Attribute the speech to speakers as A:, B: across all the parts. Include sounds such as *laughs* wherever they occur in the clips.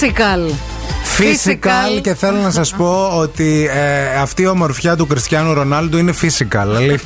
A: Physical.
B: Physical και θέλω να σας πω ότι ε, αυτή η ομορφιά του Κριστιανού Ρονάλντου είναι physical
A: *laughs*
B: αλήθεια.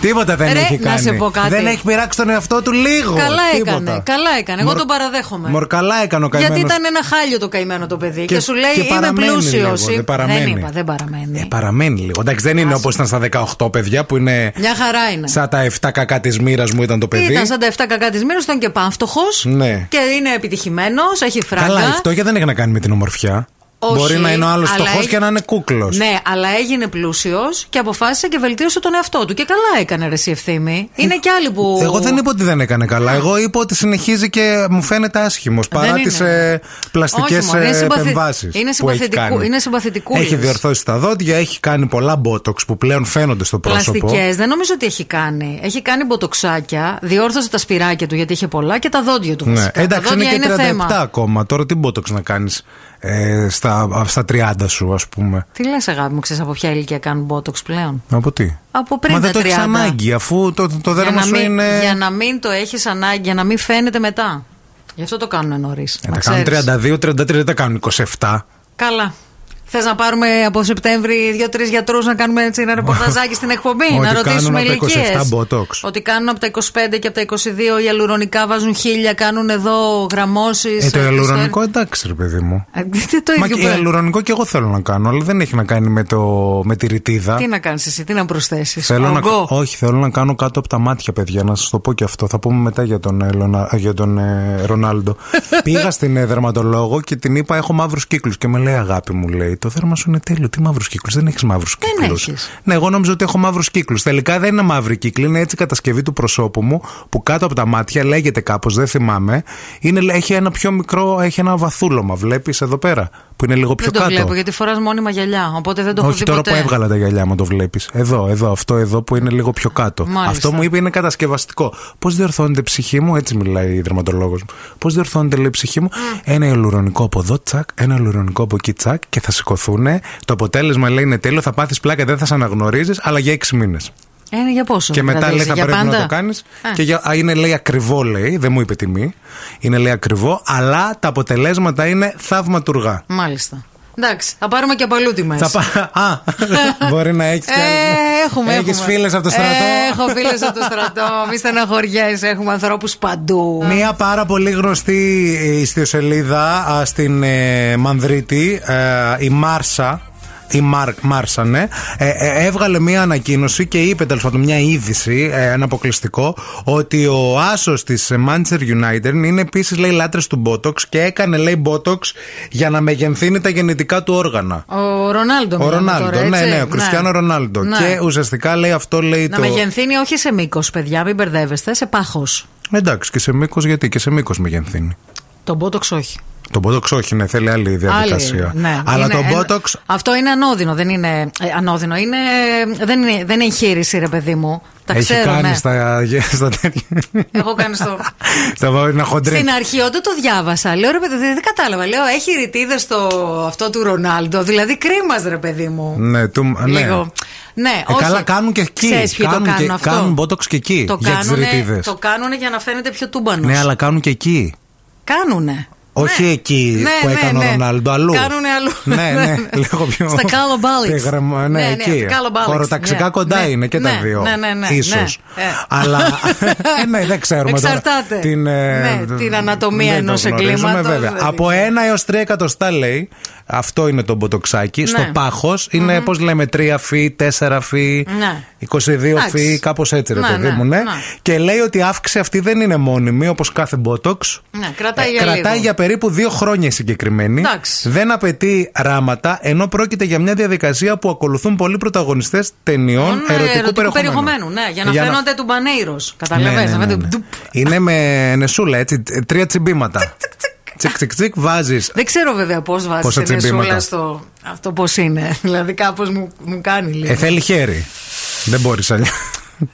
B: Τίποτα δεν
A: Ρε,
B: έχει
A: να
B: κάνει
A: σε πω κάτι.
B: Δεν έχει πειράξει τον εαυτό του λίγο
A: Καλά
B: Τίποτα.
A: έκανε. Καλά έκανε. Εγώ
B: Μορ-
A: τον παραδέχομαι.
B: Μορκαλά έκανε ο
A: Γιατί
B: καημένος
A: ήταν ένα χάλιο το καημένο το παιδί και,
B: Και-
A: σου λέει
B: και
A: είμαι
B: παραμένει
A: πλούσιος.
B: λίγο, δεν παραμένει.
A: είπα, δεν παραμένει.
B: ε, παραμένει λίγο. Εντάξει, δεν είναι όπως ήταν στα 18 παιδιά που είναι
A: Μια χαρά είναι.
B: σαν τα 7 κακά της μοίρας μου ήταν το παιδί.
A: Ναι. Ήταν σαν τα 7 κακά της μοίρας, ήταν και πανφτωχό.
B: Ναι.
A: Και είναι επιτυχημένος, έχει φράγκα.
B: Καλά, η φτώχεια δεν έχει να κάνει με την ομορφιά.
A: Όχι,
B: Μπορεί να είναι ο άλλος
A: αλλά
B: φτωχός
A: έχει-
B: και να είναι κούκλος.
A: Ναι, αλλά έγινε πλούσιος και αποφάσισε και βελτίωσε τον εαυτό του. Και καλά έκανε ρε εσύ ευθύμη. Είναι και άλλοι που.
B: Εγώ δεν είπα ότι δεν έκανε καλά. Εγώ είπα ότι συνεχίζει και μου φαίνεται άσχημος
A: Δεν
B: παρά
A: είναι.
B: τι ε, πλαστικές
A: Όχι, μωρέ, είναι συμπαθη-
B: επεμβάσεις.
A: είναι συμπαθητικού- είναι συμπαθητικούλης.
B: Έχει διορθώσει τα δόντια, έχει κάνει πολλά μπότοξ που πλέον φαίνονται στο πρόσωπο.
A: Πλαστικές, δεν νομίζω ότι έχει κάνει. Έχει κάνει μποτοξάκια, διόρθωσε τα σπυράκια του γιατί είχε πολλά και τα δόντια του.
B: Ναι.
A: Βασικά. τα
B: Εντάξει, είναι
A: δόντια
B: και 37
A: θέμα.
B: ακόμα. Τώρα τι μπότοξ να κάνεις ε, στα, στα 30 σου, ας πούμε.
A: Τι λες, αγάπη μου, ξέρεις από ποια ηλικία κάνουν μπότοξ πλέον.
B: Από τι.
A: Από πριν
B: Μα
A: τα
B: δεν το έχεις
A: 30.
B: ανάγκη, αφού το, το, το
A: για,
B: δέρμα
A: να
B: σου
A: μην,
B: είναι.
A: για να μην το έχεις ανάγκη, για να μην φαίνεται μετά. Γι' αυτό το κάνουν νωρίς.
B: Ε, τα κάνουν 32-33, δεν τα κάνουν 27.
A: Καλά. Θες να πάρουμε από Σεπτέμβρη δύο-τρει γιατρούς να κάνουμε έτσι ένα
B: *laughs*
A: ρεπορταζάκι στην εκπομπή,
B: Ότι
A: να
B: κάνουν
A: ρωτήσουμε
B: από τα
A: ηλικίες.
B: 27 botox.
A: Ότι κάνουν από τα 25 και από τα 22 οι αλουρονικά βάζουν χίλια, κάνουν εδώ γραμμώσεις.
B: Ε, το ελουρονικό εντάξει, ρε παιδί μου.
A: *laughs* Τι Ε, το
B: Μα
A: ίδιο
B: και
A: πράγμα.
B: ελουρονικό και εγώ θέλω να κάνω, αλλά δεν έχει να κάνει με, το, με τη ρητίδα.
A: Τι να κάνεις εσύ, τι να προσθέσεις.
B: Θέλω να... Όχι, θέλω να κάνω κάτω από τα μάτια, παιδιά, να σας το πω και αυτό. Θα πούμε μετά για τον, ε, Λονα- για τον ε,
A: *laughs*
B: Ρονάλντο. Πήγα στην ε, δερματολόγο και την είπα: Έχω μαύρους κύκλους. Και με λέει: Αγάπη μου, λέει, το δέρμα σου είναι τέλειο. Τι μαύρους κύκλους, δεν έχεις μαύρους
A: Δεν
B: κύκλους.
A: έχεις.
B: Ναι, εγώ νόμιζα ότι έχω μαύρους κύκλους. Τελικά δεν είναι μαύρη κύκλη, είναι έτσι η κατασκευή του προσώπου μου που κάτω από τα μάτια λέγεται κάπως, δεν θυμάμαι. Είναι, έχει ένα πιο μικρό, έχει ένα βαθούλωμα. Βλέπεις εδώ πέρα που είναι λίγο πιο
A: Δεν το
B: κάτω.
A: βλέπω γιατί φοράς μόνιμα γυαλιά. Οπότε δεν το έχω
B: Όχι
A: δει
B: τώρα
A: ποτέ.
B: που έβγαλα τα γυαλιά μου, το βλέπεις. Εδώ, εδώ, αυτό εδώ που είναι λίγο πιο κάτω.
A: Μάλιστα.
B: Αυτό μου είπε είναι κατασκευαστικό. Πώς διορθώνεται η ψυχή μου, έτσι μιλάει η δραματολόγο μου. Πώς διορθώνεται λέει, η ψυχή μου,
A: Mm.
B: ένα ελουρονικό από εδώ, τσακ, ένα ελουρονικό από εκεί, τσακ, και θα σηκωθούν. Το αποτέλεσμα λέει είναι τέλειο, θα πάθεις πλάκα, δεν θα σε αναγνωρίζεις, αλλά για έξι μήνες.
A: Ε, για πόσο.
B: Και μετά
A: δηλαδή,
B: λέει θα
A: για
B: πρέπει
A: πάντα?
B: να το κάνεις.
A: Ε.
B: Και για, α, είναι λέει ακριβό, λέει, δεν μου είπε τιμή. Είναι λέει ακριβό, αλλά τα αποτελέσματα είναι θαυματουργά.
A: Μάλιστα. Εντάξει, θα πάρουμε και από αλλού τιμές.
B: Θα πά... Α, *laughs* μπορεί να έχεις.
A: Ε, έχουμε.
B: Έχεις
A: έχουμε.
B: φίλες από το στρατό.
A: Ε, έχω φίλες από το
B: *laughs*
A: στρατό. Μη στεναχωριέσαι, έχουμε ανθρώπους παντού.
B: Μία πάρα πολύ γνωστή ιστιοσελίδα α, στην ε, Μανδρίτη, ε, η Μάρσα. Η Μάρ, Μάρσα, ναι. Ε, ε, έβγαλε μία ανακοίνωση και είπε τέλος πάντων μία είδηση, ε, ένα αποκλειστικό, ότι ο άσος της Manchester United είναι επίσης λέει λάτρες του Botox και έκανε λέει Botox για να μεγενθύνει τα γεννητικά του όργανα.
A: Ο Ρονάλντο.
B: Ο
A: μιλάμε
B: Ρονάλντο,
A: τώρα, έτσι.
B: ναι, ναι, ο Κριστιανό Ρονάλντο.
A: Ναι.
B: Και ουσιαστικά λέει αυτό λέει
A: Να
B: το.
A: μεγενθύνει όχι σε μήκος, παιδιά, μην μπερδεύεστε, σε πάχος.
B: Εντάξει, και σε μήκος γιατί, και σε μήκος μεγενθύνει.
A: Τον μπότοξ όχι.
B: Το Botox όχι, ναι, θέλει άλλη διαδικασία.
A: Άλλη, ναι.
B: Αλλά
A: Είναι
B: το
A: ένα-
B: Botox.
A: Αυτό είναι ανώδυνο, δεν είναι. ε, ανώδυνο, είναι, δεν, είναι, δεν είναι εγχείρηση, ρε παιδί μου. Τα
B: έχει
A: ξέρω,
B: κάνει
A: ναι.
B: στα, στα τέτοια.
A: Έχω κάνει στο.
B: *laughs* στα βαρύνα χοντρή.
A: Στην αρχή, όταν το διάβασα, λέω ρε παιδί, δεν δεν κατάλαβα. Λέω, έχει ρητίδες το αυτό του Ρονάλντο. Δηλαδή, κρίμα, ρε παιδί μου.
B: Ναι, του, ναι.
A: Λίγο. Ναι,
B: Ε,
A: όχι.
B: καλά, κάνουν και εκεί.
A: Ξέρεις ποιοι
B: Κάνουν
A: το
B: και-
A: κάνουν αυτό.
B: κάνουν μπότοξ και εκεί,
A: Το
B: για τις
A: κάνουνε-
B: ρητίδες.
A: Το κάνουν για να φαίνεται πιο τούμπανος.
B: Ναι, αλλά κάνουν και εκεί.
A: Κάνουνε.
B: Όχι
A: Ναι.
B: εκεί
A: Ναι,
B: που
A: ναι,
B: έκανε
A: ναι.
B: ο Ρονάλντο, αλλού.
A: Κάνουνε αλλού.
B: Ναι, ναι, *laughs* λίγο πιο.
A: Στα Κάλο Μπάλιτς.
B: Τεγραμμα- Ναι,
A: Ναι, ναι,
B: εκεί.
A: στα Κάλο Μπάλιτς.
B: Χωροταξικά
A: Ναι.
B: κοντά
A: Ναι,
B: είναι και τα
A: ναι,
B: δύο.
A: ναι, ναι, ναι,
B: Ίσως.
A: ναι. Ε.
B: Αλλά. Ε, ναι, δεν ξέρουμε τώρα.
A: Εξαρτάται.
B: Την, ε,
A: Ναι, την ανατομία
B: δεν το
A: ενός
B: γνωρίζουμε,
A: εγκλήματος, δηλαδή.
B: βέβαια.
A: δεν
B: Από ένα έως τρία εκατοστά λέει. Αυτό είναι το μποτοξάκι. Στο
A: Ναι.
B: πάχος είναι, πώς λέμε, τρία φύ, τέσσερα φύ,
A: Ναι.
B: 22 φύ,
A: Εντάξει.
B: κάπως έτσι, ρε
A: Ναι,
B: παιδί
A: ναι,
B: μου, ναι.
A: ναι.
B: Και λέει ότι η αύξηση αυτή δεν είναι μόνιμη όπως κάθε μπότοξ.
A: Ναι, κρατάει για
B: κρατάει
A: λίγο.
B: για περίπου δύο χρόνια η συγκεκριμένη.
A: Εντάξει.
B: Δεν απαιτεί ράματα, ενώ πρόκειται για μια διαδικασία που ακολουθούν πολλοί πρωταγωνιστές ταινιών
A: Ναι,
B: ερωτικού, περιεχομένου.
A: περιεχομένου. Ναι, για να φαίνονται του μπανέιρο.
B: Ναι, ναι,
A: Καταλαβαίνετε.
B: ναι, ναι. Είναι με νεσούλα, έτσι, τ- τρία τσιμπήματα. Τσικ, τσικ, τσικ, βάζεις.
A: Δεν ξέρω βέβαια πώς
B: Πόσα
A: βάζει την
B: τσιμπήματα.
A: εσούλα στο. *laughs* Αυτό πώς είναι. Δηλαδή, κάπως μου, μου κάνει λίγο.
B: Ε, θέλει χέρι. Δεν μπορείς αλλιώς.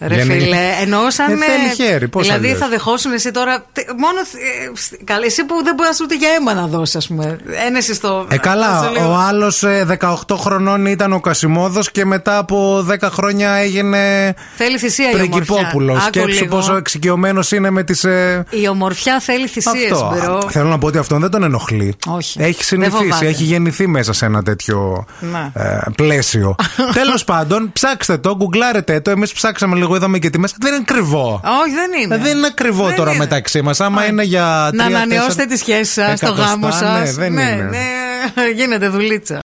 A: Ρε φίλε, εννοούσαν.
B: Ε, θέλει χέρι, πώς
A: Δηλαδή
B: αλλιώς.
A: θα δεχόσουν εσύ τώρα. τε- Μόνο. ε, ε, Καλά, εσύ που δεν μπορείς ούτε για αίμα να δώσεις, ας πούμε. Ένεση στο.
B: Ε, καλά.
A: στο λίγο.
B: Ο άλλος 18 χρονών ήταν ο Κασιμόδος και μετά από 10 χρόνια έγινε.
A: Θέλει θυσία Ε, η ομορφιά.
B: Πριγκυπόπουλο.
A: Άκου
B: Σκέψου
A: λίγο.
B: πόσο εξοικειωμένος είναι με τις. Ε...
A: Η ομορφιά θέλει θυσίε,
B: Αυτό.
A: μπρο.
B: Θέλω να πω ότι αυτόν δεν τον ενοχλεί.
A: Όχι.
B: Έχει
A: Δεν
B: συνηθίσει,
A: φοβάται.
B: έχει γεννηθεί μέσα σε ένα τέτοιο
A: Ναι.
B: ε,
A: *laughs*
B: πλαίσιο. Τέλος πάντων, ψάξτε το, γκουγκλάρετε το. Εμείς ψάξαμε λίγο, είδαμε και τη μέσα. Δεν είναι ακριβό.
A: Όχι, δεν είναι.
B: Ε, Δεν είναι ακριβό
A: Ναι. Δεν
B: τώρα
A: είναι.
B: μεταξύ μας. Άμα
A: Όχι.
B: είναι για.
A: Να
B: τρία,
A: ανανεώσετε
B: τέσσερα
A: τη σχέση σα, το
B: εκατοστά,
A: γάμο σα.
B: Ναι, δεν είναι.
A: ναι, γίνεται δουλίτσα.